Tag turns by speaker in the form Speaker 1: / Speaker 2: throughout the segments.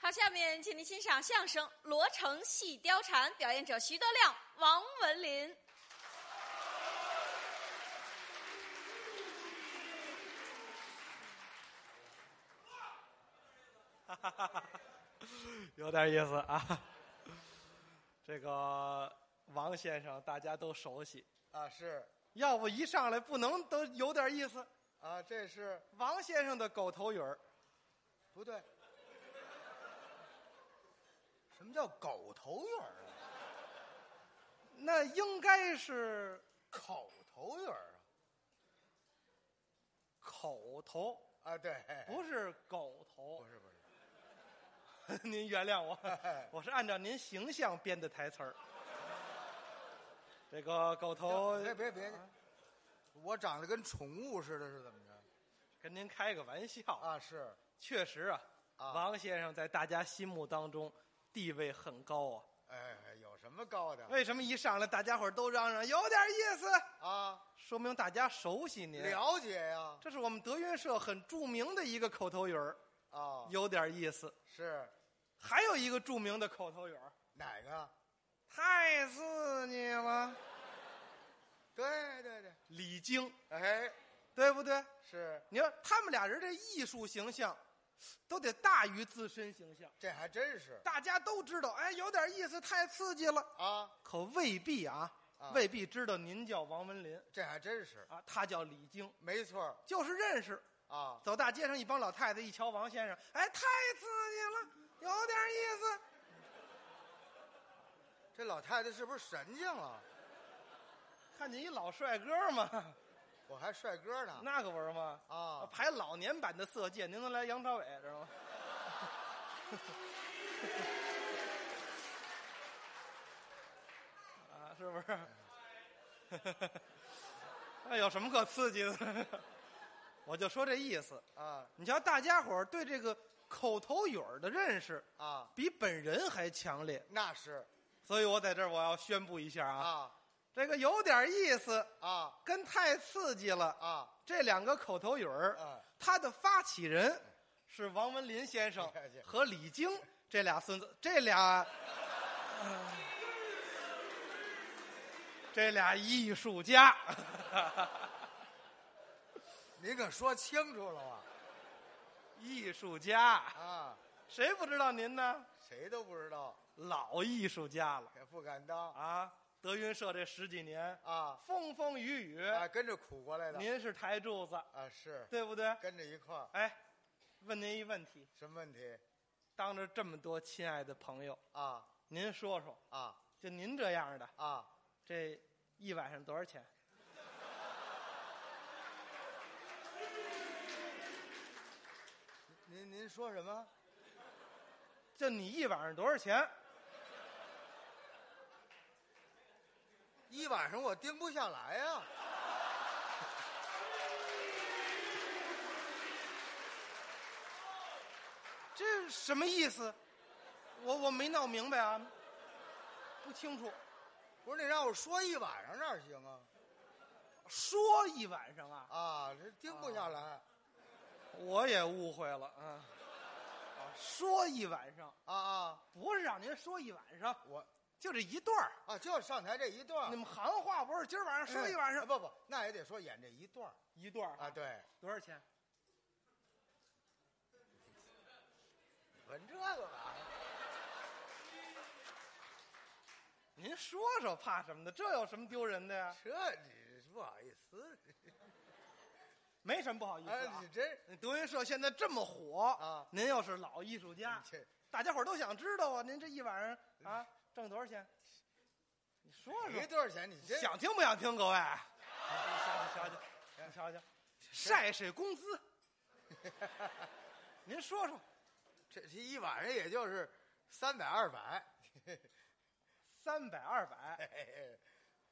Speaker 1: 好，下面请您欣赏相声《罗城戏貂蝉》，表演者徐德亮、王文林。
Speaker 2: 有点意思啊。这个王先生大家都熟悉，
Speaker 3: 啊，是
Speaker 2: 要不一上来不能都有点意思。
Speaker 3: 啊，这是
Speaker 2: 王先生的狗头语儿，
Speaker 3: 不对。什么叫狗头语儿啊？
Speaker 2: 那应该是
Speaker 3: 口头语儿啊
Speaker 2: 口头，
Speaker 3: 啊？啊，对，
Speaker 2: 不是狗头
Speaker 3: 不。是不是，
Speaker 2: 您原谅我
Speaker 3: 哎，
Speaker 2: 我是按照您形象编的台词儿。这个狗头
Speaker 3: 别别别，我长得跟宠物似的，是怎么着？
Speaker 2: 跟您开个玩笑，
Speaker 3: 啊，是
Speaker 2: 确实啊，
Speaker 3: 啊
Speaker 2: 王先生在大家心目当中地位很高啊。
Speaker 3: 哎，有什么高的
Speaker 2: 为什么一上来大家伙儿都嚷嚷有点意思？
Speaker 3: 啊？
Speaker 2: 说明大家熟悉您。
Speaker 3: 了解呀，
Speaker 2: 这是我们德云社很著名的一个口头语儿，
Speaker 3: 啊，
Speaker 2: 有点意思。
Speaker 3: 是
Speaker 2: 还有一个著名的口头语儿，
Speaker 3: 哪个？
Speaker 2: 太刺激了，
Speaker 3: 对对对，
Speaker 2: 李菁，
Speaker 3: 哎，
Speaker 2: 对不对？
Speaker 3: 是
Speaker 2: 你说他们俩人这艺术形象，都得大于自身形象。
Speaker 3: 这还真是
Speaker 2: 大家都知道，哎，有点意思，太刺激了，
Speaker 3: 啊，
Speaker 2: 可未必啊，
Speaker 3: 啊
Speaker 2: 未必知道您叫王文林
Speaker 3: 这还真是
Speaker 2: 啊，他叫李菁，
Speaker 3: 没错儿
Speaker 2: 就是认识。
Speaker 3: 啊，
Speaker 2: 走大街上，一帮老太太一瞧王先生，哎，太刺激了，有点意思。
Speaker 3: 这老太太是不是神经了？
Speaker 2: 看见一老帅哥嘛，
Speaker 3: 我还帅哥呢，
Speaker 2: 那可不是吗？
Speaker 3: 啊
Speaker 2: 排老年版的《色戒》，您能来杨朝伟知道吗？ 啊，是不是？ 那有什么可刺激的？ 我就说这意思。
Speaker 3: 啊
Speaker 2: 你瞧，大家伙儿对这个口头语儿的认识
Speaker 3: 啊，
Speaker 2: 比本人还强烈，
Speaker 3: 那是
Speaker 2: 所以我在这儿我要宣布一下啊，
Speaker 3: 啊
Speaker 2: 这个有点意思，
Speaker 3: 啊
Speaker 2: 跟太刺激了
Speaker 3: 啊，
Speaker 2: 这两个口头语儿
Speaker 3: 嗯，
Speaker 2: 它的发起人是王文林先生和李菁这俩孙子，这俩，嗯这俩艺术家，
Speaker 3: 您可说清楚了啊！
Speaker 2: 艺术家，
Speaker 3: 啊，
Speaker 2: 谁不知道您呢？
Speaker 3: 谁都不知道，
Speaker 2: 老艺术家了
Speaker 3: 也不敢当
Speaker 2: 啊！德云社这十几年，
Speaker 3: 啊！
Speaker 2: 风风雨雨，
Speaker 3: 啊，跟着苦过来的
Speaker 2: 哎您是台柱子，
Speaker 3: 啊，是
Speaker 2: 对不对？
Speaker 3: 跟着一块儿，
Speaker 2: 哎，问您一问题，
Speaker 3: 什么问题
Speaker 2: 当着这么多亲爱的朋友，
Speaker 3: 啊
Speaker 2: 您说说，
Speaker 3: 啊
Speaker 2: 就您这样的，
Speaker 3: 啊？
Speaker 2: 这一晚上多少钱？
Speaker 3: 您您说什么？
Speaker 2: 就你一晚上多少钱？
Speaker 3: 一晚上我盯不下来呀、
Speaker 2: 这什么意思？我我没闹明白啊，不清楚。
Speaker 3: 不是你让我说一晚上哪行啊？
Speaker 2: 说一晚上啊，
Speaker 3: 啊，这盯不下来
Speaker 2: 我也误会了啊。啊说一晚上，
Speaker 3: 啊啊！
Speaker 2: 不是让您说一晚上，
Speaker 3: 我
Speaker 2: 就这一段儿。
Speaker 3: 啊，就上台这一段儿
Speaker 2: 你，们行话不是今儿晚上说一晚上
Speaker 3: 哎，不不，那也得说演这一段儿
Speaker 2: 一段儿
Speaker 3: 啊。对，
Speaker 2: 多少钱？
Speaker 3: 闻这个吧，
Speaker 2: 您说说，怕什么的？这有什么丢人的呀？
Speaker 3: 这你不好意思，
Speaker 2: 没什么不好意思、
Speaker 3: 哎，
Speaker 2: 啊。
Speaker 3: 你真
Speaker 2: 德云社现在这么火
Speaker 3: 啊
Speaker 2: 您又是老艺术家，
Speaker 3: 这
Speaker 2: 大家伙儿都想知道啊，您这一晚上啊挣多少钱？你说
Speaker 3: 没
Speaker 2: 说，
Speaker 3: 多少钱，你真
Speaker 2: 想听不想听？各 位，你瞧瞧，你瞧瞧，晒晒工资，您说说，
Speaker 3: 这这一晚上也就是三百二百，
Speaker 2: 三百、二百、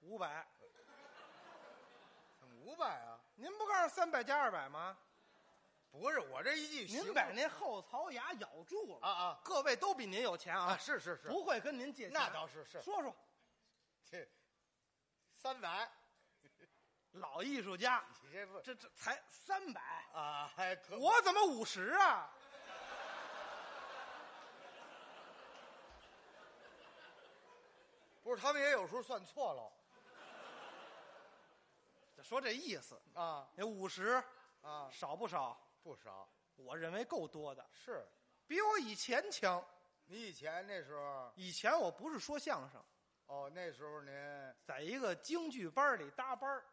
Speaker 2: 五百，
Speaker 3: 五百啊？
Speaker 2: 您不告诉三百加二百吗？
Speaker 3: 不是，我这一句
Speaker 2: 您
Speaker 3: 行
Speaker 2: 把那后槽牙咬住了
Speaker 3: 啊啊
Speaker 2: 各位都比您有钱啊，
Speaker 3: 啊！是是是，
Speaker 2: 不会跟您借钱，
Speaker 3: 那倒是是
Speaker 2: 说说，
Speaker 3: 这三百，
Speaker 2: 老艺术家，
Speaker 3: 你这不
Speaker 2: 这这才三百。
Speaker 3: 啊？还可
Speaker 2: 我怎么五十啊？
Speaker 3: 不是，他们也有时候算错了
Speaker 2: 说这意思，
Speaker 3: 啊
Speaker 2: 那五十
Speaker 3: 啊，
Speaker 2: 少不少？
Speaker 3: 不少
Speaker 2: 我认为够多的，
Speaker 3: 是。
Speaker 2: 比我以前强。
Speaker 3: 你以前那时候，
Speaker 2: 以前我不是说相声，
Speaker 3: 哦，那时候您，
Speaker 2: 在一个京剧班里搭班儿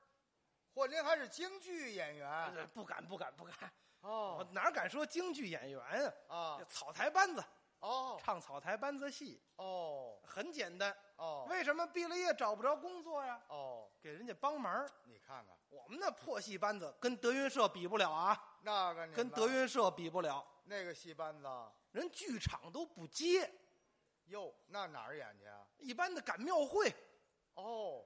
Speaker 3: 嚯，您还是京剧演员
Speaker 2: 不敢不敢不敢，我
Speaker 3: 啊哦
Speaker 2: 哪敢说京剧演员
Speaker 3: 啊
Speaker 2: 啊？草台班子，
Speaker 3: 哦
Speaker 2: 唱草台班子戏
Speaker 3: 哦
Speaker 2: 很简单。
Speaker 3: 哦
Speaker 2: 为什么毕了业找不着工作呀？
Speaker 3: 哦，
Speaker 2: 给人家帮忙儿。
Speaker 3: 你看看
Speaker 2: 我们那破戏班子跟德云社比不了啊，
Speaker 3: 那个你们
Speaker 2: 跟德云社比不了，
Speaker 3: 那个戏班子，
Speaker 2: 人剧场都不接，
Speaker 3: 哟，那哪儿演去啊？
Speaker 2: 一般的赶庙会，
Speaker 3: 哦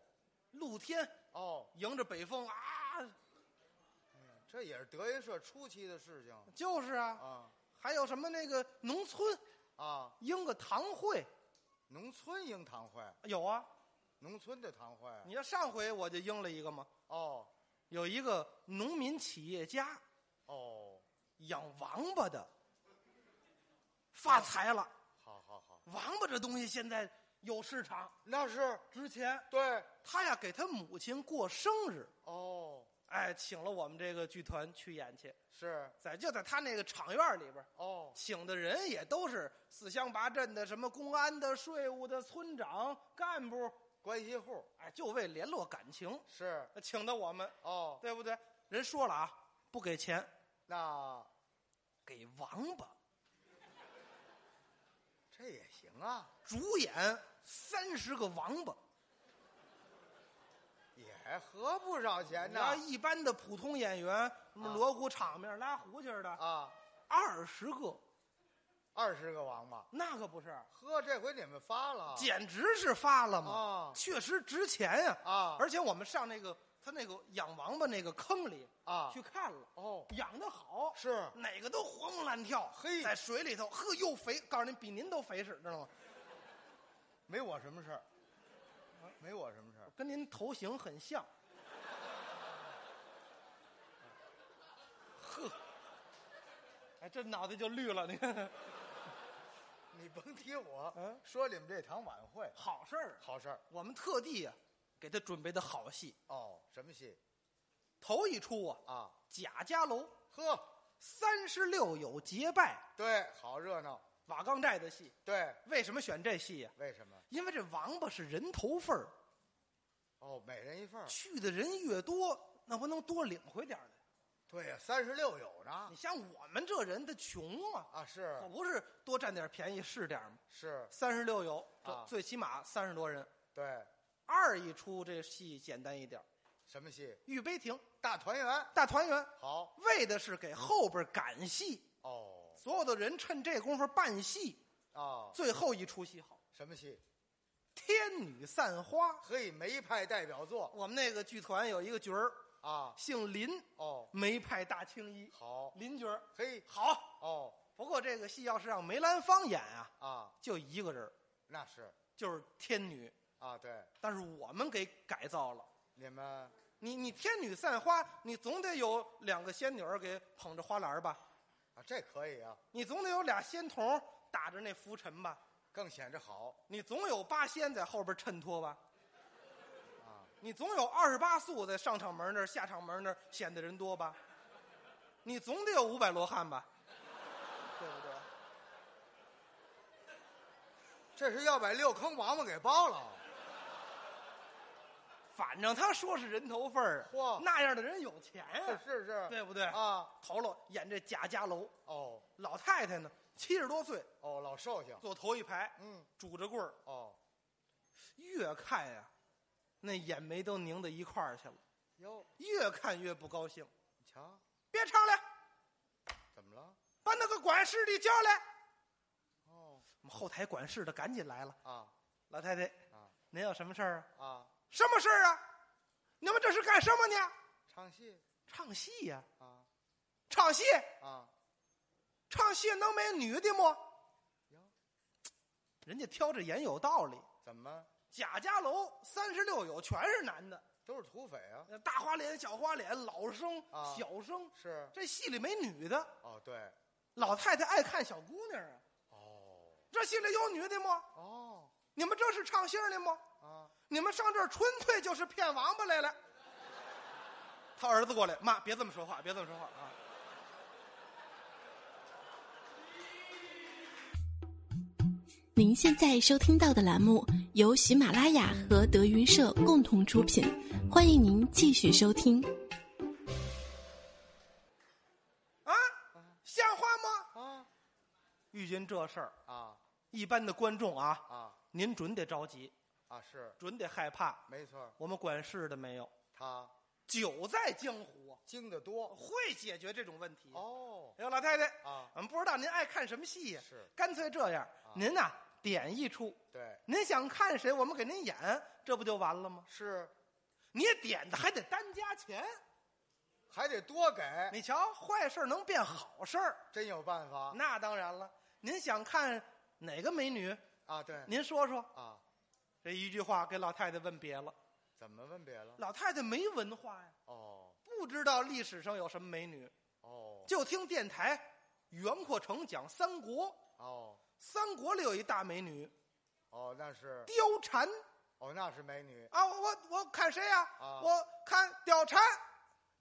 Speaker 2: 露天
Speaker 3: 哦，
Speaker 2: 迎着北风啊，
Speaker 3: 这也是德云社初期的事情
Speaker 2: 就是啊，
Speaker 3: 啊
Speaker 2: 还有什么那个农村
Speaker 3: 啊！
Speaker 2: 迎个堂会
Speaker 3: 农村迎堂会，
Speaker 2: 有啊，
Speaker 3: 农村的堂会
Speaker 2: 你要上回我就迎了一个嘛，
Speaker 3: 哦
Speaker 2: 有一个农民企业家
Speaker 3: 哦，
Speaker 2: 养王八的，发财了，
Speaker 3: 好好好，
Speaker 2: 王八这东西现在有市场，
Speaker 3: 那是
Speaker 2: 值钱。
Speaker 3: 对
Speaker 2: 他呀给他母亲过生日，
Speaker 3: 哦，
Speaker 2: 哎，请了我们这个剧团去演去，
Speaker 3: 是
Speaker 2: 在就在他那个场院里边儿，
Speaker 3: 哦
Speaker 2: 请的人也都是四乡八镇的，什么公安的、税务的、村长、干部，
Speaker 3: 关系户
Speaker 2: 哎，就为联络感情，
Speaker 3: 是
Speaker 2: 请的我们，
Speaker 3: 哦，
Speaker 2: 对不对？人说了啊，不给钱，
Speaker 3: 那
Speaker 2: 给王八。
Speaker 3: 这也行啊，
Speaker 2: 主演三十个王八，
Speaker 3: 也合不少钱
Speaker 2: 你
Speaker 3: 呢
Speaker 2: 要一般的普通演员，什么
Speaker 3: 哎啊
Speaker 2: 锣鼓场面、拉胡琴儿的，
Speaker 3: 啊，
Speaker 2: 二十个，
Speaker 3: 二十个王八，
Speaker 2: 那可不是，
Speaker 3: 呵，这回你们发了
Speaker 2: 简直是发了嘛，
Speaker 3: 啊
Speaker 2: 确实值钱呀、
Speaker 3: 啊
Speaker 2: 而且我们上那个他那个养王八那个坑里
Speaker 3: 啊
Speaker 2: 去看了，
Speaker 3: 哦
Speaker 2: 养的好，
Speaker 3: 是
Speaker 2: 哪个都活蹦乱跳，
Speaker 3: 嘿
Speaker 2: 在水里头，呵，又肥，告诉您比您都肥实，知道吗？
Speaker 3: 没我什么事儿，没我什么事儿，
Speaker 2: 跟您头型很像。呵，哎，这脑袋就绿了，你看，
Speaker 3: 你甭提我，
Speaker 2: 嗯
Speaker 3: 说你们这堂晚会
Speaker 2: 好事儿啊。
Speaker 3: 好事儿
Speaker 2: 我们特地呀、给他准备的好戏，
Speaker 3: 哦，什么戏
Speaker 2: 头一出啊，
Speaker 3: 啊？
Speaker 2: 贾家楼
Speaker 3: 呵，
Speaker 2: 三十六友结拜
Speaker 3: 对，好热闹，
Speaker 2: 瓦岗寨的戏，
Speaker 3: 对，
Speaker 2: 为什么选这戏呀、
Speaker 3: 为什么？
Speaker 2: 因为这王八是人头份儿，
Speaker 3: 哦，每人一份儿，
Speaker 2: 去的人越多，那不能多领回点儿来。
Speaker 3: 对呀，三十六有呢
Speaker 2: 啊你，像我们这人，他穷啊，
Speaker 3: 啊是
Speaker 2: 可不是多占点便宜是点儿吗？
Speaker 3: 是，
Speaker 2: 三十六友，这
Speaker 3: 啊
Speaker 2: 最起码三十多人。
Speaker 3: 对，
Speaker 2: 二一出这戏简单一点儿，
Speaker 3: 什么戏？
Speaker 2: 玉杯亭
Speaker 3: 大团圆，
Speaker 2: 大团圆，
Speaker 3: 好
Speaker 2: 为的是给后边赶戏，
Speaker 3: 哦
Speaker 2: 所有的人趁这功夫办戏。
Speaker 3: 哦，
Speaker 2: 最后一出戏好，
Speaker 3: 什么戏？
Speaker 2: 天女散花。
Speaker 3: 嘿，梅派代表作
Speaker 2: 我们那个剧团有一个角儿，
Speaker 3: 啊，
Speaker 2: 姓林，
Speaker 3: 哦，
Speaker 2: 梅派大青衣，
Speaker 3: 好，
Speaker 2: 林角儿
Speaker 3: 嘿，
Speaker 2: 好。
Speaker 3: 哦
Speaker 2: 不过这个戏要是让梅兰芳演啊，
Speaker 3: 啊，
Speaker 2: 就一个人儿，
Speaker 3: 那是
Speaker 2: 就是天女。
Speaker 3: 啊，对，
Speaker 2: 但是我们给改造了。
Speaker 3: 你们啊
Speaker 2: 你你天女散花，你总得有两个仙女儿给捧着花篮儿吧，
Speaker 3: 啊，这可以啊，
Speaker 2: 你总得有俩仙童打着那拂尘吧，
Speaker 3: 更显着好
Speaker 2: 你总有八仙在后边衬托吧，
Speaker 3: 啊，
Speaker 2: 你总有二十八宿在上场门那儿、下场门那儿显得人多吧，你总得有五百罗汉吧，对不对？
Speaker 3: 这是要把六坑王八给包了，
Speaker 2: 反正他说是人头份儿，啊
Speaker 3: 嚯
Speaker 2: 那样的人有钱
Speaker 3: 是
Speaker 2: 哎呀、
Speaker 3: 是是，
Speaker 2: 对不对？，
Speaker 3: 啊，
Speaker 2: 头了演这贾家楼，
Speaker 3: 哦
Speaker 2: 老太太呢七十多岁，
Speaker 3: 哦，老寿星，
Speaker 2: 坐头一排，
Speaker 3: 嗯，
Speaker 2: 拄着棍儿，
Speaker 3: 哦
Speaker 2: 越看呀、那眼眉都拧到一块儿去了，
Speaker 3: 哟，
Speaker 2: 越看越不高兴。
Speaker 3: 你瞧，
Speaker 2: 别唱了，
Speaker 3: 怎么了？
Speaker 2: 把那个管事的叫来。
Speaker 3: 哦
Speaker 2: 我们后台管事的赶紧来了，
Speaker 3: 啊
Speaker 2: 老太太，
Speaker 3: 啊
Speaker 2: 您有什么事儿啊？
Speaker 3: 啊，
Speaker 2: 什么事儿啊？你们这是干什么呢？
Speaker 3: 唱戏
Speaker 2: 唱戏呀、
Speaker 3: 啊
Speaker 2: 唱戏，
Speaker 3: 啊，
Speaker 2: 唱戏能没女的么？
Speaker 3: 哟，
Speaker 2: 人家挑着眼有道理。
Speaker 3: 怎么
Speaker 2: 贾家楼三十六友全是男的，
Speaker 3: 都是土匪啊？
Speaker 2: 呃大花脸、小花脸、老生、
Speaker 3: 啊
Speaker 2: 小生，
Speaker 3: 是，
Speaker 2: 这戏里没女的。
Speaker 3: 哦对，
Speaker 2: 老太太爱看小姑娘啊，
Speaker 3: 哦
Speaker 2: 这戏里有女的吗？
Speaker 3: 哦
Speaker 2: 你们这是唱戏儿的吗？
Speaker 3: 啊
Speaker 2: 你们上这儿纯粹就是骗王八来了。”他儿子过来，妈，别这么说话，别这么说话啊！
Speaker 4: 您现在收听到的栏目由喜马拉雅和德云社共同出品，欢迎您继续收听。
Speaker 2: 啊，像话吗？
Speaker 3: 啊
Speaker 2: 遇见这事儿，
Speaker 3: 啊
Speaker 2: 一般的观众啊，
Speaker 3: 啊
Speaker 2: 您准得着急，
Speaker 3: 啊！是，
Speaker 2: 准得害怕。
Speaker 3: 没错儿，
Speaker 2: 我们管事的没有，
Speaker 3: 他
Speaker 2: 久在江湖啊，
Speaker 3: 精的多
Speaker 2: 会解决这种问题。
Speaker 3: 哦
Speaker 2: 哎呦，老太太，
Speaker 3: 啊，
Speaker 2: 我们不知道您爱看什么戏呀、
Speaker 3: 是
Speaker 2: 干脆这样，您呐、点一出，
Speaker 3: 对，
Speaker 2: 您想看谁，我们给您演，这不就完了吗？
Speaker 3: 是
Speaker 2: 你点的还得单加钱，
Speaker 3: 还得多给，
Speaker 2: 你瞧，坏事儿能变好事儿，
Speaker 3: 真有办法
Speaker 2: 那当然了。您想看哪个美女？
Speaker 3: 啊！对
Speaker 2: 您说说。
Speaker 3: 啊，
Speaker 2: 这一句话给老太太问别了，
Speaker 3: 怎么问别了？
Speaker 2: 老太太没文化呀，
Speaker 3: 哦
Speaker 2: 不知道历史上有什么美女，
Speaker 3: 哦
Speaker 2: 就听电台袁阔成讲三国，
Speaker 3: 哦
Speaker 2: 三国里有一大美女
Speaker 3: 哦，那是
Speaker 2: 貂蝉
Speaker 3: 哦，那是美女
Speaker 2: 啊，我我我看谁呀、
Speaker 3: 啊
Speaker 2: 我看貂蝉。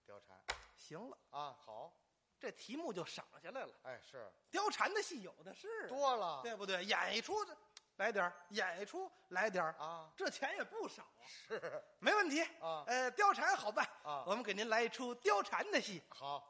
Speaker 3: 貂蝉
Speaker 2: 行了，
Speaker 3: 啊，好，
Speaker 2: 这题目就赏下来了。
Speaker 3: 哎，是
Speaker 2: 貂蝉的戏有的是，啊
Speaker 3: 多啊了
Speaker 2: 对不对？演一出来点儿，演一出来点儿，
Speaker 3: 啊，
Speaker 2: 这钱也不少啊，
Speaker 3: 是
Speaker 2: 没问题。
Speaker 3: 啊
Speaker 2: 呃，貂蝉好办，
Speaker 3: 啊
Speaker 2: 我，们给您来一出貂蝉的戏。
Speaker 3: 好，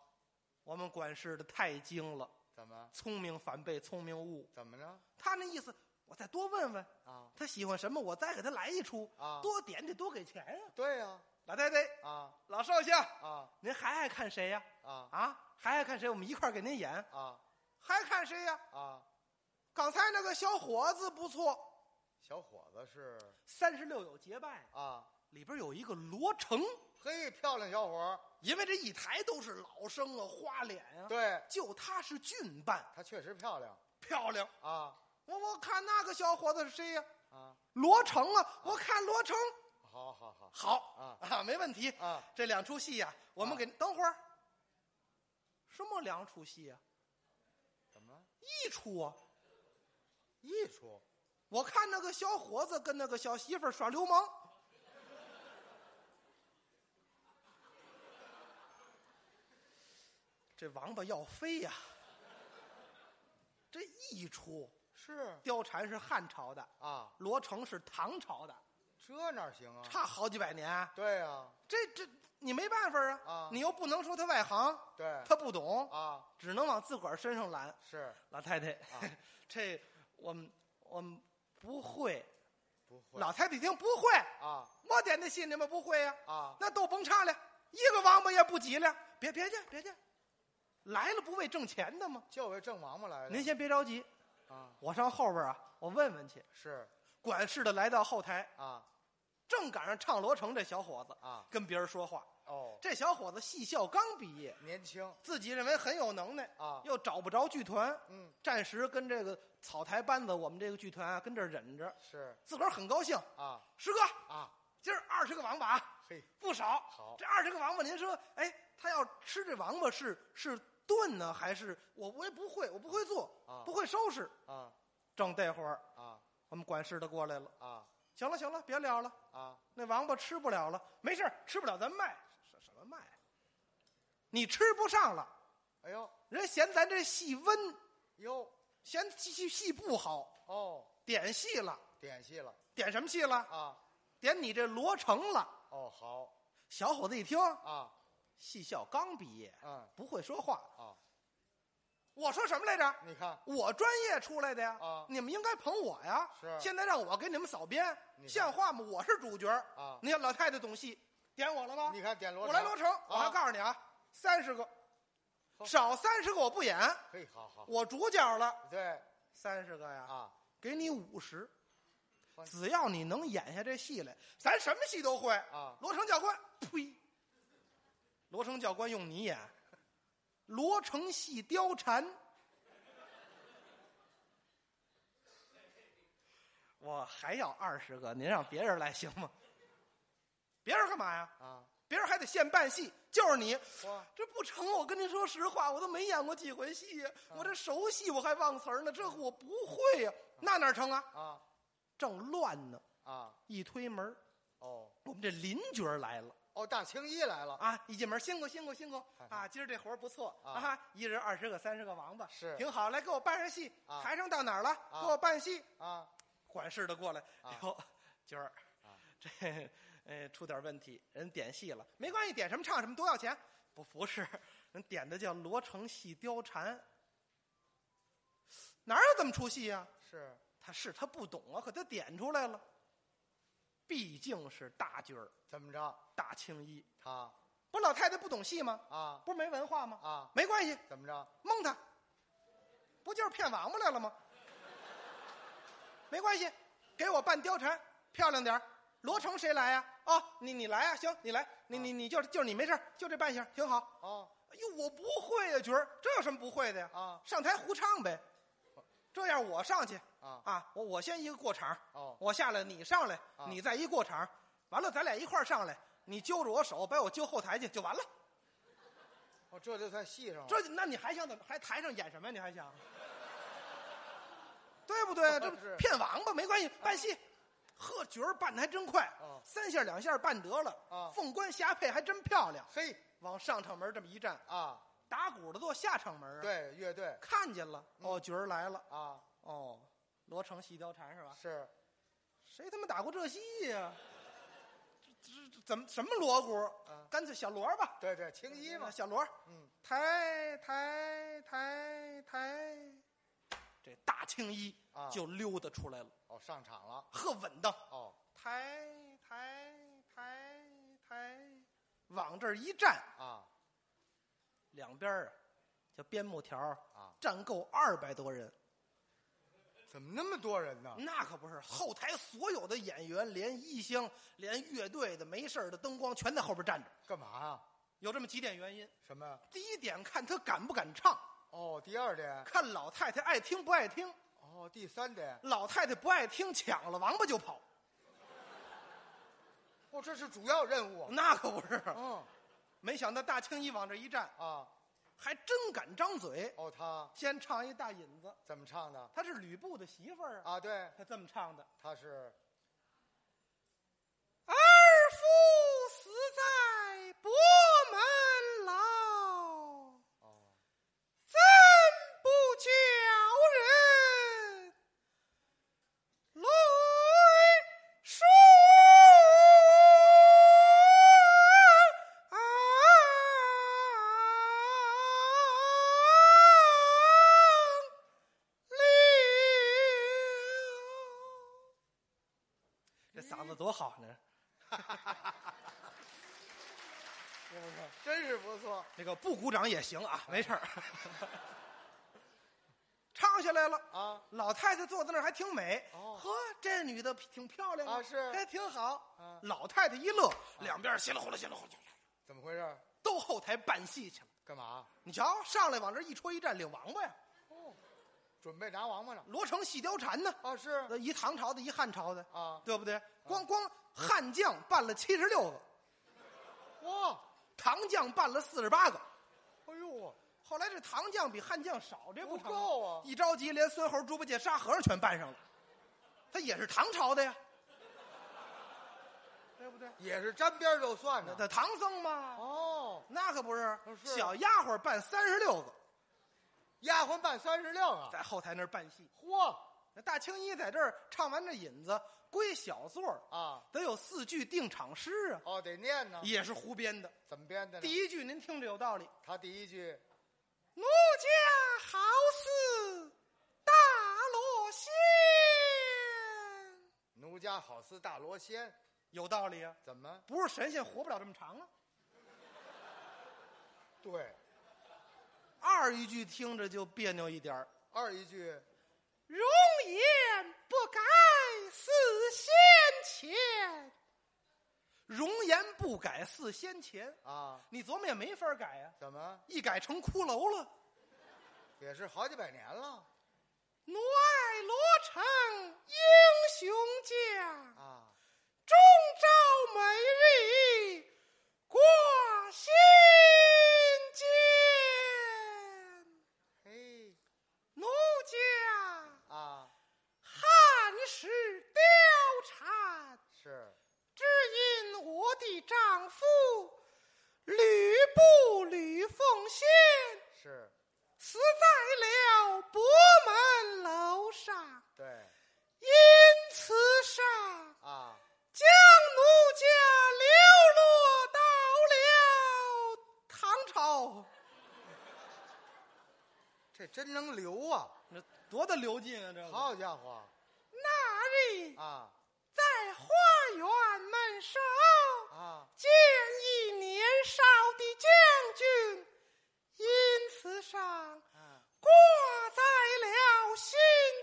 Speaker 2: 我们管事的太精了，
Speaker 3: 怎么
Speaker 2: 聪明反被聪明误。
Speaker 3: 怎么呢？
Speaker 2: 他那意思，我再多问问
Speaker 3: 啊
Speaker 2: 他喜欢什么，我再给他来一出，
Speaker 3: 啊，
Speaker 2: 多点得多给钱呀、
Speaker 3: 对呀，
Speaker 2: 老太太，
Speaker 3: 啊
Speaker 2: 老少爷，
Speaker 3: 啊
Speaker 2: 您还爱看谁呀、
Speaker 3: 啊
Speaker 2: 啊？还爱看谁？我们一块儿给您演。
Speaker 3: 啊
Speaker 2: 还看谁呀、
Speaker 3: 啊，
Speaker 2: 刚才那个小伙子不错，
Speaker 3: 小伙子是
Speaker 2: 三十六有结拜，
Speaker 3: 啊，
Speaker 2: 里边有一个罗成，
Speaker 3: 嘿，漂亮小伙儿，
Speaker 2: 因为这一台都是老生啊，花脸啊，
Speaker 3: 对，
Speaker 2: 就他是俊扮，
Speaker 3: 她确实漂亮
Speaker 2: 漂亮。
Speaker 3: 啊
Speaker 2: 我我看那个小伙子是谁呀、
Speaker 3: 啊，
Speaker 2: 罗成啊，我看罗成
Speaker 3: 好好好
Speaker 2: 好
Speaker 3: 啊
Speaker 2: 啊，没问题。
Speaker 3: 啊，
Speaker 2: 这两出戏呀、我们给、等会儿，什么两出戏呀、
Speaker 3: 怎么了？
Speaker 2: 一出啊，
Speaker 3: 艺术
Speaker 2: 我看那个小伙子跟那个小媳妇儿耍流氓，这王八要飞呀、这一出，
Speaker 3: 是
Speaker 2: 貂蝉是汉朝的，
Speaker 3: 啊，
Speaker 2: 罗成是唐朝的，
Speaker 3: 这哪行啊？
Speaker 2: 差好几百年。
Speaker 3: 对啊呀，
Speaker 2: 这这你没办法啊，
Speaker 3: 啊哎
Speaker 2: 你又不能说他外行，
Speaker 3: 对
Speaker 2: 他不懂，
Speaker 3: 啊，
Speaker 2: 只能往自个儿身上揽。
Speaker 3: 是
Speaker 2: 老太太，
Speaker 3: 啊
Speaker 2: 这我们我们不会。
Speaker 3: 不会
Speaker 2: 老太太一听不会，
Speaker 3: 啊
Speaker 2: 我点的戏你们不会呀、
Speaker 3: 啊，
Speaker 2: 那都甭唱了，一个王八也不挤了。别别去，别去，来了不为挣钱的吗？
Speaker 3: 就为挣王八来的。
Speaker 2: 您先别着急，
Speaker 3: 啊，
Speaker 2: 我上后边啊，我问问去。
Speaker 3: 是
Speaker 2: 管事的来到后台，
Speaker 3: 啊
Speaker 2: 正赶上唱罗成这小伙子
Speaker 3: 啊
Speaker 2: 跟别人说话。
Speaker 3: 哦，
Speaker 2: 这小伙子戏校刚毕业，
Speaker 3: 年轻
Speaker 2: 自己认为很有能耐，
Speaker 3: 啊，
Speaker 2: 又找不着剧团，
Speaker 3: 嗯
Speaker 2: 暂时跟这个草台班子，我们这个剧团啊，跟这儿忍着，
Speaker 3: 是
Speaker 2: 自个儿很高兴。
Speaker 3: 啊
Speaker 2: 师哥，
Speaker 3: 啊，
Speaker 2: 今儿二十个王八啊，
Speaker 3: 嘿，
Speaker 2: 不少。
Speaker 3: 好
Speaker 2: 这二十个王八，您说，哎，他要吃这王八是是炖呢，还是我我也不会，我不会做，
Speaker 3: 啊
Speaker 2: 不会收拾。
Speaker 3: 啊
Speaker 2: 正这会儿，
Speaker 3: 啊
Speaker 2: 我们管事的过来了，
Speaker 3: 啊
Speaker 2: 行了行了，别聊了，
Speaker 3: 啊，
Speaker 2: 那王八吃不了了，没事儿吃不了咱卖，什什么卖？你吃不上了，
Speaker 3: 哎呦
Speaker 2: 人嫌咱这戏温，
Speaker 3: 呦
Speaker 2: 嫌戏戏戏不好，
Speaker 3: 哦，
Speaker 2: 点戏了，
Speaker 3: 点戏了
Speaker 2: 点什么戏了？
Speaker 3: 啊，
Speaker 2: 点你这罗成了。
Speaker 3: 哦好
Speaker 2: 小伙子一听，
Speaker 3: 啊
Speaker 2: 戏校刚毕业，
Speaker 3: 嗯
Speaker 2: 不会说话。
Speaker 3: 啊，
Speaker 2: 我说什么来着？
Speaker 3: 你看
Speaker 2: 我专业出来的呀，
Speaker 3: 啊
Speaker 2: 你们应该捧我呀。
Speaker 3: 是
Speaker 2: 现在让我给你们扫边，
Speaker 3: 你看
Speaker 2: 像话吗？我是主角。
Speaker 3: 啊，
Speaker 2: 你看老太太懂戏，点我了吧？
Speaker 3: 你看点罗
Speaker 2: 我来罗成，我还告诉你啊，三十个，
Speaker 3: 好
Speaker 2: 少三十个我不演，
Speaker 3: 嘿，好好
Speaker 2: 我主角了。
Speaker 3: 对
Speaker 2: 三十个呀，
Speaker 3: 啊，
Speaker 2: 给你五十，
Speaker 3: 欢
Speaker 2: 只要你能演下这戏来，咱什么戏都会
Speaker 3: 啊
Speaker 2: 罗成教官，呸！罗成教官用你演，罗成戏貂蝉。我还要二十个，您让别人来行吗？别人干嘛呀？
Speaker 3: 啊，
Speaker 2: 别人还得现扮戏，就是你，
Speaker 3: 哇
Speaker 2: 这不成！我跟您说实话，我都没演过几回戏呀，我这熟戏我还忘词儿呢，这我不会呀，那哪成啊？
Speaker 3: 啊
Speaker 2: 正乱呢，
Speaker 3: 啊
Speaker 2: 一推门儿，
Speaker 3: 哦
Speaker 2: 我们这邻居儿来了
Speaker 3: 哦，大青衣来了，
Speaker 2: 啊！一进门，辛苦辛苦辛苦
Speaker 3: 哎
Speaker 2: 啊！今儿这活儿不错
Speaker 3: 啊
Speaker 2: 啊，一人二十个、三十个王八
Speaker 3: 是
Speaker 2: 挺好。来给我办上戏，
Speaker 3: 啊
Speaker 2: 台上到哪儿了？
Speaker 3: 啊
Speaker 2: 给我办戏。
Speaker 3: 啊，
Speaker 2: 管事的过来，
Speaker 3: 啊
Speaker 2: 哟，今儿
Speaker 3: 啊
Speaker 2: 这呃出点问题，人点戏了，没关系，点什么唱什么，多要钱？不不是，人点的叫《罗城戏貂蝉》，哪有这么出戏呀、
Speaker 3: 是
Speaker 2: 他是他不懂啊，可他点出来了，毕竟是大角儿、
Speaker 3: 怎么着？
Speaker 2: 大青衣，
Speaker 3: 他
Speaker 2: 不是老太太不懂戏吗？
Speaker 3: 啊
Speaker 2: 不是没文化吗？
Speaker 3: 啊，
Speaker 2: 没关系，
Speaker 3: 怎么着？
Speaker 2: 蒙他，不就是骗王八来了吗？没关系，给我扮貂蝉，漂亮点儿罗成谁来呀、啊？你你来呀、行，你来，你你你就是就是你没事儿，就这扮相挺好。
Speaker 3: 哦
Speaker 2: 哎呦，我不会呀、角儿，这有什么不会的呀？
Speaker 3: 啊
Speaker 2: 上台胡唱呗。这样我上去
Speaker 3: 啊
Speaker 2: 啊，我我先一个过场，
Speaker 3: 哦
Speaker 2: 我下来你上来，
Speaker 3: 啊
Speaker 2: 你再一过场，完了咱俩一块儿上来，你揪着我手把我揪后台去就完了。
Speaker 3: 哦，这就算戏上了。
Speaker 2: 这那你还想怎么？还台上演什么呀？你还 想？对不 对？这不
Speaker 3: 是
Speaker 2: 骗王八没关系，办戏，呵，角儿办的还真快，
Speaker 3: 哦
Speaker 2: 三下两下办得了。
Speaker 3: 啊
Speaker 2: 凤冠霞帔还真漂亮，
Speaker 3: 嘿
Speaker 2: 往上场门这么一站，
Speaker 3: 啊，
Speaker 2: 打鼓的坐下场门啊。，
Speaker 3: 对乐队
Speaker 2: 看见了，哦，角儿来了，
Speaker 3: 啊
Speaker 2: 哦，罗成戏貂蝉是吧？
Speaker 3: 是
Speaker 2: 谁他妈打过这戏呀、这这这怎么什么锣鼓？
Speaker 3: 啊
Speaker 2: 干脆小锣儿吧，
Speaker 3: 对对青衣嘛，
Speaker 2: 小锣儿。
Speaker 3: 嗯
Speaker 2: 抬抬抬抬，这大青衣
Speaker 3: 啊
Speaker 2: 就溜达出来了，
Speaker 3: 哦上场了
Speaker 2: 呵稳当，
Speaker 3: 哦
Speaker 2: 抬抬抬抬，往这儿一站，
Speaker 3: 啊
Speaker 2: 两边儿啊，叫边牧条儿
Speaker 3: 啊，
Speaker 2: 站够二百多人，
Speaker 3: 怎么那么多人呢？
Speaker 2: 那可不是后台所有的演员，连衣箱、连乐队的、没事儿的灯光，全在后边站着。
Speaker 3: 干嘛啊呀？
Speaker 2: 有这么几点原因：
Speaker 3: 什么呀？
Speaker 2: 第一点，看他敢不敢唱；
Speaker 3: 哦，第二点
Speaker 2: 看老太太爱听不爱听。
Speaker 3: 哦，第三点
Speaker 2: 老太太不爱听，抢了王八就跑，
Speaker 3: 哦，这是主要任务。
Speaker 2: 那可不是。
Speaker 3: 嗯
Speaker 2: 没想到大青衣往这一站，
Speaker 3: 啊
Speaker 2: 还真敢张嘴，
Speaker 3: 哦，他
Speaker 2: 先唱一大引子，
Speaker 3: 怎么唱的
Speaker 2: 她是吕布的媳妇儿啊，
Speaker 3: 啊？对，
Speaker 2: 她这么唱的：
Speaker 3: 他是
Speaker 2: 二夫死在伯门牢，
Speaker 3: 哦
Speaker 2: 怎不教人来说？这嗓子多好呢！
Speaker 3: 真是不错
Speaker 2: 这个不鼓掌也行啊，没事儿。 唱下来了，
Speaker 3: 啊
Speaker 2: 老太太坐在那儿还挺美，
Speaker 3: 哦
Speaker 2: 呵，这女的挺漂亮
Speaker 3: 啊是
Speaker 2: 还挺好。
Speaker 3: 啊！
Speaker 2: 老太太一乐，两边儿稀里呼啦稀里呼啦，
Speaker 3: 怎么回事？
Speaker 2: 都后台办戏去了。
Speaker 3: 干嘛？
Speaker 2: 你瞧，上来往这一戳一站，领王八呀！
Speaker 3: 哦，准备拿王八呢？
Speaker 2: 罗成戏貂蝉呢，
Speaker 3: 啊是
Speaker 2: 那一唐朝的，一汉朝的，
Speaker 3: 啊，
Speaker 2: 对不对？光光汉将办了七十六个，
Speaker 3: 哇，
Speaker 2: 唐将办了四十八个。
Speaker 3: 哎呦，
Speaker 2: 后来这唐将比汉将少，这
Speaker 3: 不
Speaker 2: 成
Speaker 3: 够啊！
Speaker 2: 一着急，连孙猴、猪八戒、沙和尚全办上了。他也是唐朝的呀，对不对？
Speaker 3: 也是沾边儿就算
Speaker 2: 那
Speaker 3: 呢。
Speaker 2: 他唐僧嘛，
Speaker 3: 哦，
Speaker 2: 那可不是
Speaker 3: 哦。是
Speaker 2: 小丫鬟扮三十六个，
Speaker 3: 丫鬟办三十六啊！
Speaker 2: 在后台那儿办戏。
Speaker 3: 嚯
Speaker 2: 那大青衣在这儿唱完这引子，归小座儿
Speaker 3: 啊！
Speaker 2: 得有四句定场诗啊，
Speaker 3: 哦，得念呢。
Speaker 2: 也是胡编的。
Speaker 3: 怎么编的呢？
Speaker 2: 第一句您听着有道理，
Speaker 3: 他第一句
Speaker 2: 奴家好似大罗仙，
Speaker 3: “奴家好似大罗仙
Speaker 2: 有道理啊。”，
Speaker 3: 怎么？
Speaker 2: 不是神仙活不了这么长啊。
Speaker 3: 对，
Speaker 2: 二一句听着就别扭一点儿。
Speaker 3: 二一句
Speaker 2: 容颜不改似先前，容颜不改似先前，
Speaker 3: 啊，
Speaker 2: 你琢磨也没法改呀、
Speaker 3: 怎么
Speaker 2: 一改成骷髅了。
Speaker 3: 也是好几百年了
Speaker 2: 奴爱罗成英雄家，
Speaker 3: 啊？
Speaker 2: 终朝每日挂心间。
Speaker 3: 嘿
Speaker 2: 奴家
Speaker 3: 啊，
Speaker 2: 汉室貂蝉。
Speaker 3: 是
Speaker 2: 只因
Speaker 3: 啊真能留啊！
Speaker 2: 多大流劲啊！这个
Speaker 3: 好家伙
Speaker 2: 那日
Speaker 3: 啊
Speaker 2: 在花园门首
Speaker 3: 啊！
Speaker 2: 见一年少的将军，因此上
Speaker 3: 啊
Speaker 2: 挂在了心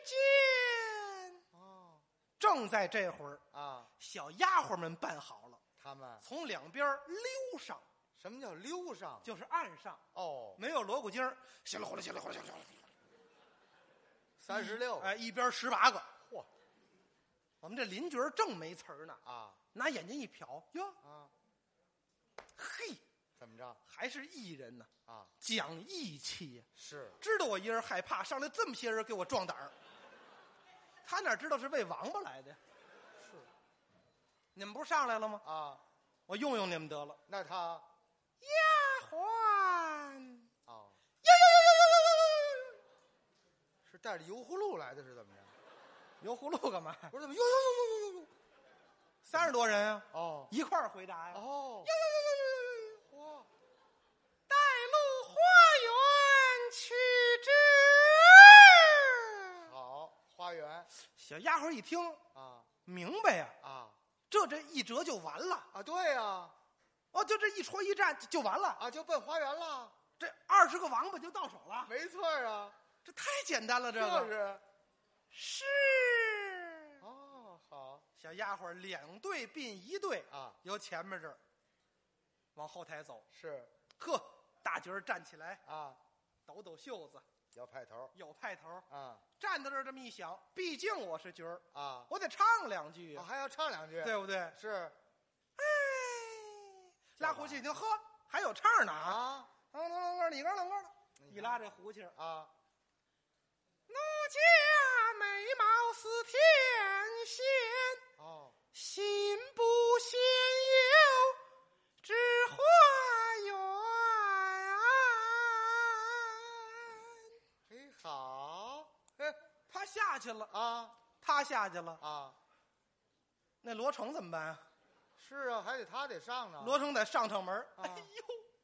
Speaker 2: 间。
Speaker 3: 哦
Speaker 2: 正在这会儿，
Speaker 3: 啊！
Speaker 2: 小丫鬟们办好了，
Speaker 3: 他们
Speaker 2: 从两边溜上，
Speaker 3: 什么叫溜上？
Speaker 2: 就是岸上，
Speaker 3: 哦，
Speaker 2: 没有锣鼓筋儿，行了，回来，行了，回来，行了，行了
Speaker 3: 三十六，
Speaker 2: 哎，一边十八个。
Speaker 3: 嚯
Speaker 2: 我们这邻居儿正没词儿呢，
Speaker 3: 啊
Speaker 2: 拿眼睛一瞟，哟，
Speaker 3: 啊！
Speaker 2: 嘿，
Speaker 3: 怎么着
Speaker 2: 还是艺人呢，
Speaker 3: 啊？
Speaker 2: 讲义气呀。
Speaker 3: 是
Speaker 2: 知道我一人害怕，上来这么些人给我壮胆儿。他哪知道是为王八来的？
Speaker 3: 是
Speaker 2: 你们不是上来了吗？
Speaker 3: 啊，
Speaker 2: 我用用你们得了。
Speaker 3: 那他
Speaker 2: 丫鬟，
Speaker 3: 哦，是带着油葫芦来的，是怎么着？
Speaker 2: 油葫芦干嘛？
Speaker 3: 不是怎么呦呦呦呦呦呦呦？
Speaker 2: 三十多人啊，
Speaker 3: 哦
Speaker 2: 一块儿回答呀。
Speaker 3: 哦，嚯！
Speaker 2: 带路花园去之。
Speaker 3: 好，花园
Speaker 2: 小丫鬟一听
Speaker 3: 啊
Speaker 2: 明白呀、
Speaker 3: 啊
Speaker 2: 这这一折就完了，
Speaker 3: 啊！对呀，
Speaker 2: 哦，就这一戳一站就就完了，
Speaker 3: 啊，就奔花园了，
Speaker 2: 这二十个王八就到手了，
Speaker 3: 没错儿啊，
Speaker 2: 这太简单了，这个
Speaker 3: 就是
Speaker 2: 是
Speaker 3: 哦，好
Speaker 2: 小丫鬟两队并一队，
Speaker 3: 啊，
Speaker 2: 由前面这儿往后台走。
Speaker 3: 是
Speaker 2: 呵，大角儿站起来，
Speaker 3: 啊，
Speaker 2: 抖抖袖子，
Speaker 3: 要派头
Speaker 2: 有派头。
Speaker 3: 啊
Speaker 2: 站在这儿这么一想，毕竟我是角儿，
Speaker 3: 啊，
Speaker 2: 我得唱两句啊呀，
Speaker 3: 我还要唱两句，
Speaker 2: 对不哎对？
Speaker 3: 是
Speaker 2: 拉胡琴一听，呵，还有唱呢啊！
Speaker 3: 啊
Speaker 2: 啷啷啷啷，你个啷个的，一拉这胡琴儿，
Speaker 3: 啊，
Speaker 2: 奴家美貌似天仙，
Speaker 3: 哦，
Speaker 2: 心不鲜有知花园。
Speaker 3: 嘿，好，嘿
Speaker 2: 他下去了，
Speaker 3: 啊
Speaker 2: 他下去了，
Speaker 3: 啊，
Speaker 2: 那罗成怎么办啊？
Speaker 3: 是啊，还得他得上呢，
Speaker 2: 罗成得上上门儿。
Speaker 3: 啊
Speaker 2: 哎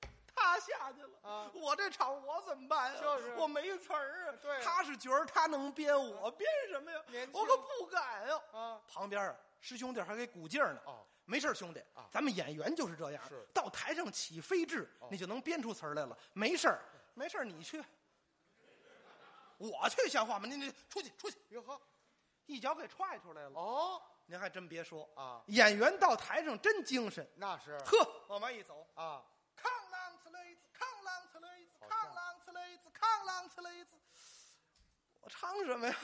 Speaker 2: 呦，他下去了，
Speaker 3: 啊
Speaker 2: 我这场我怎么办啊？
Speaker 3: 就是
Speaker 2: 我没词儿啊。
Speaker 3: 对
Speaker 2: 他是角儿，他能编，我编什么呀
Speaker 3: 年？轻
Speaker 2: 我可不敢呀、
Speaker 3: 啊，
Speaker 2: 旁边啊师兄弟还给鼓劲儿呢。
Speaker 3: 哦，
Speaker 2: 没事儿，兄弟
Speaker 3: 啊
Speaker 2: 咱们演员就是这样，
Speaker 3: 是
Speaker 2: 到台上起飞智，
Speaker 3: 哦
Speaker 2: 你就能编出词儿来了。没事儿，没事儿，你去，我去，像话吗？您您出去出去，
Speaker 3: 哟呵，
Speaker 2: 一脚给踹出来了。
Speaker 3: 哦
Speaker 2: 您还真别说，
Speaker 3: 啊，
Speaker 2: 演员到台上真精神。
Speaker 3: 那是
Speaker 2: 呵，往外一走，
Speaker 3: 啊，
Speaker 2: 扛啷呲嘞子，扛啷呲嘞子，
Speaker 3: 好
Speaker 2: 扛啷呲嘞子，扛啷呲嘞子。我唱什么呀？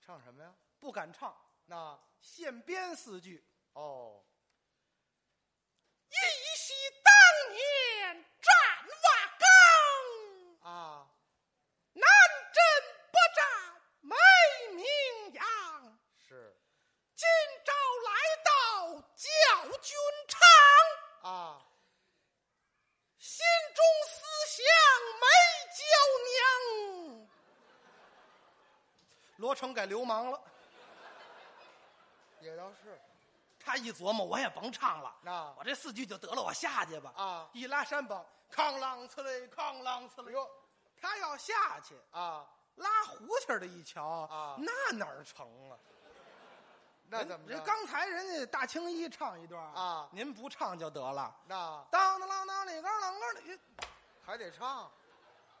Speaker 3: 唱什么呀？
Speaker 2: 不敢唱，
Speaker 3: 那
Speaker 2: 现编四句。
Speaker 3: 哦，
Speaker 2: 忆昔当年战瓦岗。
Speaker 3: 啊，
Speaker 2: 南征北战美名扬，
Speaker 3: 是
Speaker 2: 今朝来到教军场，
Speaker 3: 啊，
Speaker 2: 心中思想没娇娘。罗成改流氓了，
Speaker 3: 也倒是
Speaker 2: 他一琢磨，我也甭唱了，
Speaker 3: 那
Speaker 2: 我这四句就得了，我下去吧。
Speaker 3: 啊
Speaker 2: 一拉山膀，哐啷呲嘞，哐啷呲嘞，
Speaker 3: 哟
Speaker 2: 他要下去，
Speaker 3: 啊，
Speaker 2: 拉胡琴儿的一瞧
Speaker 3: 啊
Speaker 2: 那哪儿成啊？
Speaker 3: 那怎么着？
Speaker 2: 人刚才人家大青衣唱一段
Speaker 3: 啊
Speaker 2: 您不唱就得了。
Speaker 3: 那
Speaker 2: 当当啷当里个啷个里，
Speaker 3: 还得唱，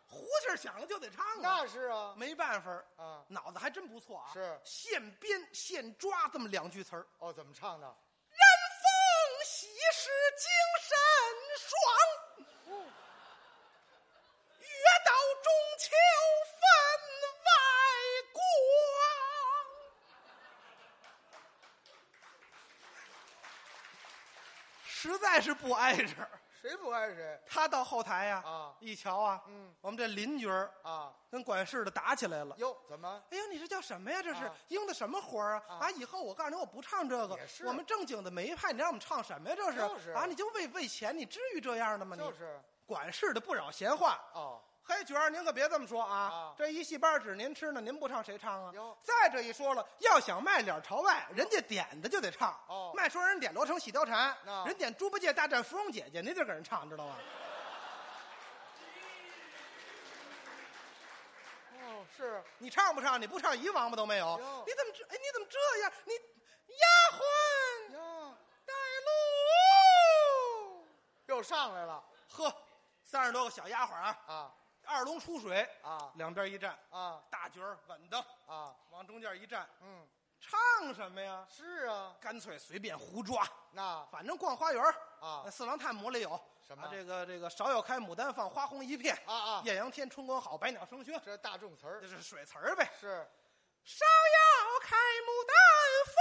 Speaker 2: 胡琴儿响了就得唱啊。
Speaker 3: 那是啊
Speaker 2: 没办法儿，
Speaker 3: 啊，
Speaker 2: 脑子还真不错啊。
Speaker 3: 是
Speaker 2: 现编现抓这么两句词儿，
Speaker 3: 哦，怎么唱的？
Speaker 2: 人逢喜事精神爽，月到中秋分外光。实在是不挨着，
Speaker 3: 谁不爱谁
Speaker 2: 他到后台呀、
Speaker 3: 啊
Speaker 2: 一瞧啊，
Speaker 3: 嗯，
Speaker 2: 我们这邻居儿
Speaker 3: 啊？
Speaker 2: 跟管事的打起来了。
Speaker 3: 哟，怎么？
Speaker 2: 哎呦，你这叫什么呀？这是
Speaker 3: 啊
Speaker 2: 应的什么活儿啊？
Speaker 3: 啊
Speaker 2: 啊，以后我告诉你，我不唱这个
Speaker 3: 也。是
Speaker 2: 我们正经的梅派，你让我们唱什么呀？这是
Speaker 3: 就是
Speaker 2: 啊，你就为为钱，你至于这样的吗？你
Speaker 3: 就是
Speaker 2: 管事的不扰闲话。
Speaker 3: 哦，
Speaker 2: 嘿，角儿，您可别这么说啊
Speaker 3: 啊！
Speaker 2: 这一戏班指您吃呢，您不唱谁唱啊
Speaker 3: 哟？
Speaker 2: 再这一说了，要想卖脸朝外，人家点的就得唱。
Speaker 3: 哦
Speaker 2: 卖说人点罗成喜貂蝉
Speaker 3: 那，
Speaker 2: 人点猪八戒大战芙蓉姐姐，您就给人唱，知道吗？
Speaker 3: 哦是
Speaker 2: 你唱不唱？你不唱一王八都没有
Speaker 3: 哟。
Speaker 2: 你怎么这？哎，你怎么这样？你丫鬟
Speaker 3: 哟，
Speaker 2: 带路。
Speaker 3: 又上来了
Speaker 2: 呵，三十多个小丫鬟啊，
Speaker 3: 啊
Speaker 2: 二龙出水，
Speaker 3: 啊
Speaker 2: 两边一站，
Speaker 3: 啊
Speaker 2: 大角儿稳当，
Speaker 3: 啊！
Speaker 2: 往中间一站，
Speaker 3: 嗯，
Speaker 2: 唱什么呀？
Speaker 3: 是啊，
Speaker 2: 干脆随便胡抓，
Speaker 3: 那
Speaker 2: 反正逛花园儿
Speaker 3: 啊
Speaker 2: 那四郎探母里有
Speaker 3: 什么
Speaker 2: 啊这个这个芍药开，牡丹放，花红一片，
Speaker 3: 啊啊，
Speaker 2: 艳阳天，春光好，百鸟生喧，
Speaker 3: 这大众词
Speaker 2: 这
Speaker 3: 儿
Speaker 2: 是水词儿呗。
Speaker 3: 是
Speaker 2: 芍药开，牡丹放，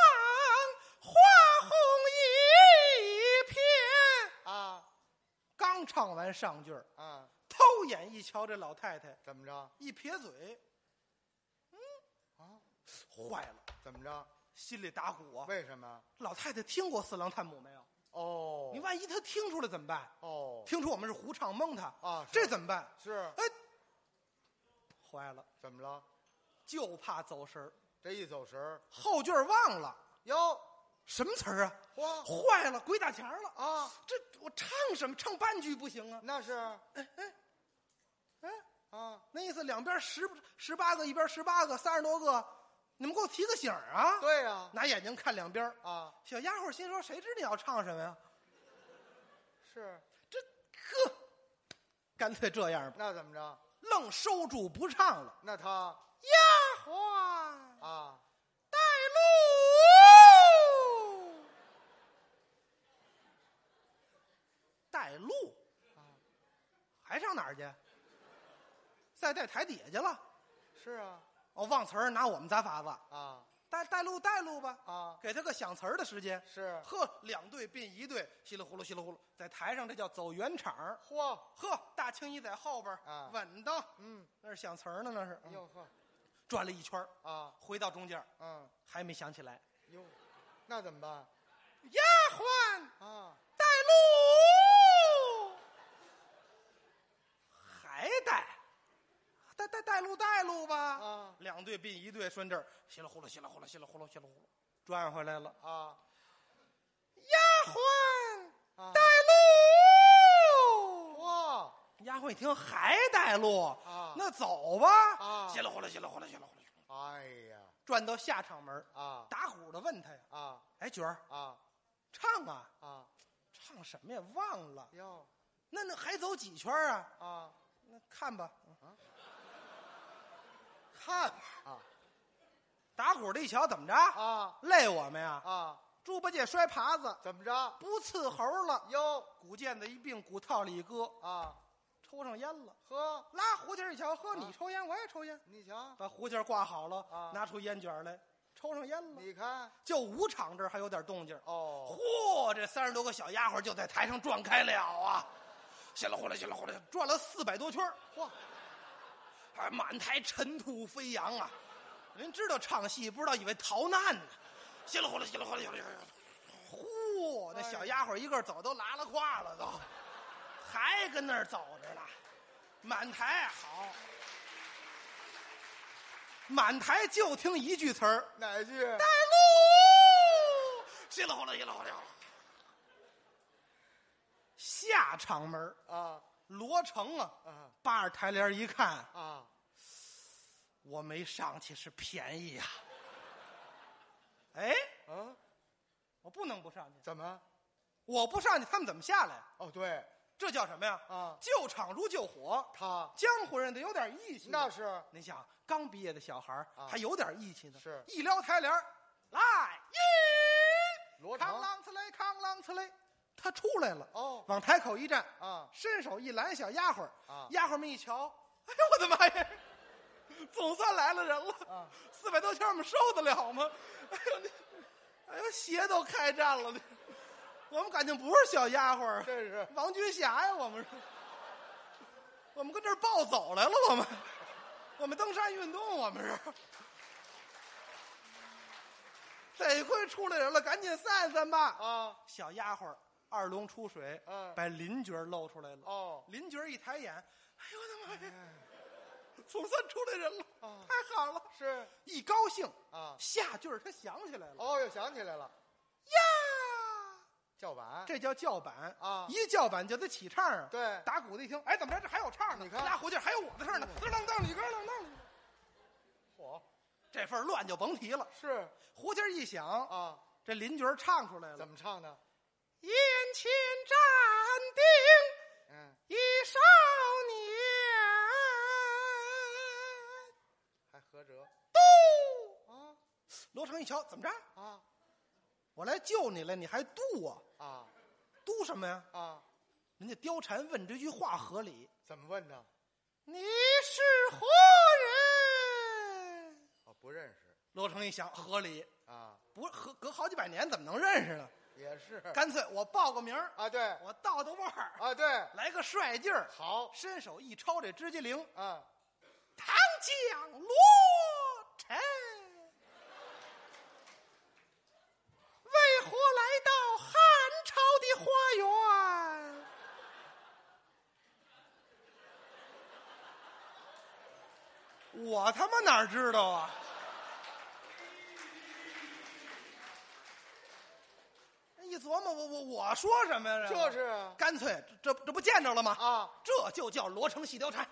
Speaker 2: 花红一片。
Speaker 3: 啊
Speaker 2: 刚唱完上句儿，
Speaker 3: 啊，
Speaker 2: 偷眼一瞧，这老太太
Speaker 3: 怎么着
Speaker 2: 一撇嘴，嗯
Speaker 3: 啊？
Speaker 2: 坏了，
Speaker 3: 怎么着？
Speaker 2: 心里打鼓啊！
Speaker 3: 为什么？
Speaker 2: 老太太听过四郎探母没有？
Speaker 3: 哦，
Speaker 2: 你万一她听出来怎么办？
Speaker 3: 哦
Speaker 2: 听出我们是胡唱蒙她
Speaker 3: 啊是
Speaker 2: 这怎么办？
Speaker 3: 是
Speaker 2: 哎，坏了，
Speaker 3: 怎么了？
Speaker 2: 就怕走神儿，
Speaker 3: 这一走神儿，
Speaker 2: 后句儿忘了
Speaker 3: 哟，
Speaker 2: 什么词儿啊？
Speaker 3: 嚯
Speaker 2: 坏了，鬼打墙了啊！
Speaker 3: 啊，
Speaker 2: 这我唱什么？唱半句不行啊？
Speaker 3: 那是，哎
Speaker 2: 哎
Speaker 3: 啊，
Speaker 2: 那意思两边十十八个，一边十八个，三十多个，你们给我提个醒儿啊！
Speaker 3: 对呀，
Speaker 2: 拿眼睛看两边儿，
Speaker 3: 啊
Speaker 2: 小丫鬟心说：“谁知你要唱什么呀？
Speaker 3: 是，
Speaker 2: 这呵，干脆这样吧，
Speaker 3: 那怎么着？
Speaker 2: 愣收住不唱了。
Speaker 3: 那他
Speaker 2: 丫鬟
Speaker 3: 啊，
Speaker 2: 带路， 带路，啊还上哪儿去？再带台底下去了。
Speaker 3: 是啊，
Speaker 2: 哦，忘词儿拿我们砸法子，
Speaker 3: 啊
Speaker 2: 带带路带路吧，
Speaker 3: 啊，
Speaker 2: 给他个想词儿的时间。
Speaker 3: 是，
Speaker 2: 呵，两队并一队，稀里呼噜稀里呼噜，在台上这叫走圆场儿。
Speaker 3: 嚯，
Speaker 2: 呵，大青衣在后边儿
Speaker 3: 啊
Speaker 2: 稳当，
Speaker 3: 嗯，
Speaker 2: 那是想词儿呢，那是。嗯
Speaker 3: 哟呵，
Speaker 2: 转了一圈儿
Speaker 3: 啊，
Speaker 2: 回到中间儿
Speaker 3: 嗯，
Speaker 2: 还没想起来。
Speaker 3: 哟，那怎么办？
Speaker 2: 丫鬟
Speaker 3: 啊，
Speaker 2: 带路，还带，带带带路带路吧。
Speaker 3: 啊
Speaker 2: 两队并一队，顺这儿稀里呼噜稀里呼噜稀里呼噜稀里呼噜，转回来了。
Speaker 3: 啊
Speaker 2: 丫鬟
Speaker 3: 啊，
Speaker 2: 带路。
Speaker 3: 嚯，
Speaker 2: 丫鬟一听还带路，
Speaker 3: 啊
Speaker 2: 那走吧。
Speaker 3: 啊
Speaker 2: 稀里呼噜稀里呼噜稀里呼噜，
Speaker 3: 哎呀，
Speaker 2: 转到下场门儿，
Speaker 3: 啊
Speaker 2: 打鼓的问他呀
Speaker 3: 啊：“
Speaker 2: 哎，角儿，
Speaker 3: 啊
Speaker 2: 唱啊，
Speaker 3: 啊，
Speaker 2: 唱什么呀？忘了。
Speaker 3: 哟
Speaker 2: 那那还走几圈啊？
Speaker 3: 啊
Speaker 2: 那看吧，嗯
Speaker 3: 啊
Speaker 2: 看吧
Speaker 3: 啊
Speaker 2: 打鼓的一瞧，怎么着？
Speaker 3: 啊
Speaker 2: 累我们呀？
Speaker 3: 啊，
Speaker 2: 猪八戒摔耙子，
Speaker 3: 怎么着？
Speaker 2: 不伺猴了。
Speaker 3: 哟
Speaker 2: 鼓毽子一并，鼓套里一搁，
Speaker 3: 啊，
Speaker 2: 抽上烟了。
Speaker 3: 呵，
Speaker 2: 拉胡琴儿一瞧，呵，
Speaker 3: 啊
Speaker 2: 你抽烟，我也抽烟。
Speaker 3: 你瞧，
Speaker 2: 把胡琴儿挂好了，
Speaker 3: 啊
Speaker 2: 拿出烟卷儿来，抽上烟了。
Speaker 3: 你看，
Speaker 2: 就舞场这儿还有点动静儿，
Speaker 3: 哦，
Speaker 2: 嚯，这三十多个小丫鬟就在台上转开了啊！稀里呼啦，稀里呼啦，转了四百多圈儿
Speaker 3: 嚯，
Speaker 2: 哎，满台尘土飞扬啊！人知道唱戏，不知道以为逃难呢。稀里呼啦，稀里呼啦，稀里呼啦，呼，那小丫鬟一个走都拉了胯了都，还跟那儿走着呢。满台啊好，满台就听一句词儿：
Speaker 3: 哪句？
Speaker 2: 带路。稀里呼啦，稀里呼啦。下场门儿
Speaker 3: 啊
Speaker 2: 罗成啊，
Speaker 3: 啊
Speaker 2: 扒着台帘儿一看，
Speaker 3: 啊，
Speaker 2: 我没上去是便宜呀、哎，
Speaker 3: 嗯，
Speaker 2: 我不能不上去，
Speaker 3: 怎么？
Speaker 2: 我不上去，他们怎么下来？
Speaker 3: 哦，对，
Speaker 2: 这叫什么呀？
Speaker 3: 啊
Speaker 2: 救场如救火，
Speaker 3: 他
Speaker 2: 江湖人得有点义气。
Speaker 3: 那，是
Speaker 2: 你想刚毕业的小孩儿
Speaker 3: 啊
Speaker 2: 还有点义气呢，
Speaker 3: 是
Speaker 2: 一撩台帘儿来耶，
Speaker 3: 罗
Speaker 2: 扛
Speaker 3: 成
Speaker 2: 啷呲嘞，扛啷呲嘞，他出来了，
Speaker 3: 哦
Speaker 2: 往台口一站，
Speaker 3: 啊，
Speaker 2: 伸手一拦小丫鬟儿
Speaker 3: 啊
Speaker 2: 丫鬟们一瞧，哎呦我的妈呀，总算来了人了
Speaker 3: 啊！
Speaker 2: 四百多钱我们受得了吗？哎呦，那哎呦，鞋都开战了，我们感情不是小丫鬟儿，
Speaker 3: 这是
Speaker 2: 王军霞呀，我们是，我们跟这儿暴走来了，我们，我们登山运动，我们是。得亏出来人了，赶紧散散吧！
Speaker 3: 啊，
Speaker 2: 小丫鬟儿二龙出水，
Speaker 3: 嗯
Speaker 2: 把林角儿露出来了。
Speaker 3: 哦
Speaker 2: 林角儿一抬眼，哎呦我的妈呀， 总算出来人了，
Speaker 3: 啊
Speaker 2: 太好了！
Speaker 3: 是
Speaker 2: 一高兴，
Speaker 3: 啊，
Speaker 2: 下句儿他想起来了，
Speaker 3: 哦，又想起来了，
Speaker 2: 呀，
Speaker 3: 叫板，
Speaker 2: 这叫叫板
Speaker 3: 啊
Speaker 2: 一叫板就得起唱啊。
Speaker 3: 对
Speaker 2: 打鼓的一听，哎，怎么着，这还有唱呢？
Speaker 3: 你看嗯
Speaker 2: 拉胡琴儿还有我的事儿呢，噔噔噔，你哥噔噔。这份乱就甭提了。
Speaker 3: 是
Speaker 2: 胡琴一响，
Speaker 3: 啊，
Speaker 2: 这林角唱出来
Speaker 3: 怎
Speaker 2: 了：
Speaker 3: 么唱的？
Speaker 2: 燕青站定。
Speaker 3: 嗯，
Speaker 2: 一少年，
Speaker 3: 还合辙
Speaker 2: 嘟！
Speaker 3: 啊
Speaker 2: 罗成一瞧，怎么着？
Speaker 3: 啊
Speaker 2: 我来救你了，你还嘟我？
Speaker 3: 啊
Speaker 2: 嘟什么呀？
Speaker 3: 啊！
Speaker 2: 人家貂蝉问这句话合理。
Speaker 3: 怎么问的？
Speaker 2: 你是何人？
Speaker 3: 哦，不认识
Speaker 2: 罗成一想，合理，
Speaker 3: 啊，
Speaker 2: 不隔隔好几百年怎么能认识呢？
Speaker 3: 也是
Speaker 2: 干脆我报个名儿，
Speaker 3: 啊，对
Speaker 2: 我倒倒腕儿，
Speaker 3: 啊，对，
Speaker 2: 来个帅劲儿，
Speaker 3: 好
Speaker 2: 伸手一抄这指甲灵，
Speaker 3: 啊，
Speaker 2: 唐将罗成，为何来到汉朝的花园？我他妈哪儿知道啊！一琢磨，我我我说什么呀？
Speaker 3: 就是啊
Speaker 2: 干脆这这这不见着了吗？
Speaker 3: 啊，
Speaker 2: 这就叫罗成戏貂蝉，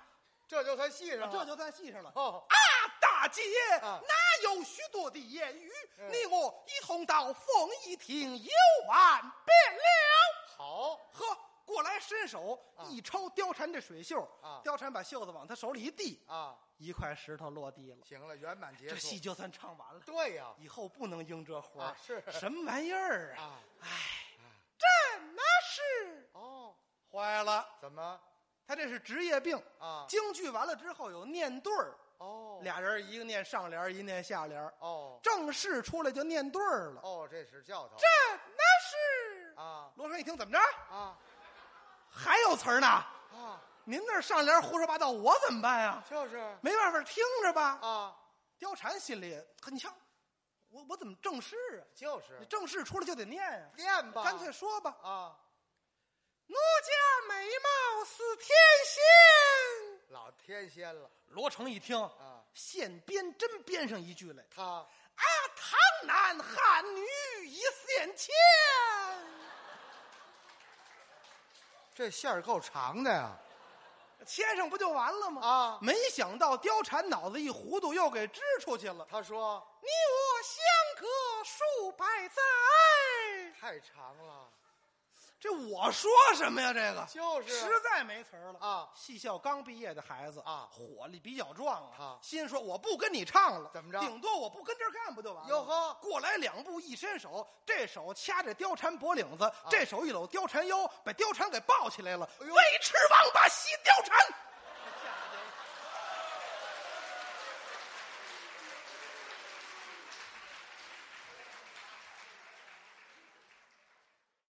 Speaker 3: 这就算戏上了，
Speaker 2: 啊这就算戏上了。
Speaker 3: 哦，
Speaker 2: 啊，大姐，
Speaker 3: 啊
Speaker 2: 哪有许多的言语？
Speaker 3: 嗯
Speaker 2: 你我一同到凤仪亭游玩便了。
Speaker 3: 好，
Speaker 2: 呵，过来伸手
Speaker 3: 啊
Speaker 2: 一抽貂蝉这水袖，
Speaker 3: 啊
Speaker 2: 貂蝉把袖子往他手里一递，
Speaker 3: 啊，
Speaker 2: 一块石头落地了。
Speaker 3: 行了，圆满结束。
Speaker 2: 这戏就算唱完了，
Speaker 3: 对呀、
Speaker 2: 以后不能应这活儿
Speaker 3: 啊是
Speaker 2: 什么玩意儿啊？
Speaker 3: 啊，
Speaker 2: 哎，这哪是？
Speaker 3: 哦，
Speaker 2: 坏了，
Speaker 3: 怎么
Speaker 2: 他这是职业病。
Speaker 3: 啊？
Speaker 2: 京剧完了之后有念对儿，
Speaker 3: 哦，
Speaker 2: 俩人一个念上联儿，一念下联儿。
Speaker 3: 哦
Speaker 2: 正式出来就念对儿了。
Speaker 3: 哦，这是教头
Speaker 2: 这那是
Speaker 3: 啊
Speaker 2: 罗成一听怎么着，
Speaker 3: 啊
Speaker 2: 还有词儿呢？
Speaker 3: 啊，
Speaker 2: 您那上联胡说八道，我怎么办呀？
Speaker 3: 就是
Speaker 2: 没办法，听着吧。
Speaker 3: 啊，
Speaker 2: 貂蝉心里，你瞧，我我怎么正式啊？
Speaker 3: 就是
Speaker 2: 你正式出来就得念呀、
Speaker 3: 练吧，
Speaker 2: 干脆说吧。
Speaker 3: 啊，
Speaker 2: 奴家美貌似天仙。
Speaker 3: 老天仙了
Speaker 2: 罗成一听，
Speaker 3: 啊，
Speaker 2: 现编真编上一句来
Speaker 3: 他
Speaker 2: 啊！唐男汉女一线牵。
Speaker 3: 这线儿够长的呀
Speaker 2: 牵上不就完了吗？
Speaker 3: 啊，
Speaker 2: 没想到貂蝉脑子一糊涂，又给支出去了。
Speaker 3: 他说
Speaker 2: 你我相隔数百载，
Speaker 3: 太长了，
Speaker 2: 这我说什么呀？这个
Speaker 3: 就是
Speaker 2: 实在没词儿了
Speaker 3: 啊！
Speaker 2: 戏校刚毕业的孩子
Speaker 3: 啊
Speaker 2: 火力比较壮啊
Speaker 3: 啊，
Speaker 2: 心说我不跟你唱了，
Speaker 3: 怎么着
Speaker 2: 顶多我不跟这儿干不就完了？
Speaker 3: 哟呵
Speaker 2: 过来两步，一伸手，这手掐着貂蝉脖领子，这手一搂貿蝉腰，把貂蝉给抱起来了。
Speaker 3: 哎呦
Speaker 2: 尉迟王八袭貂蝉，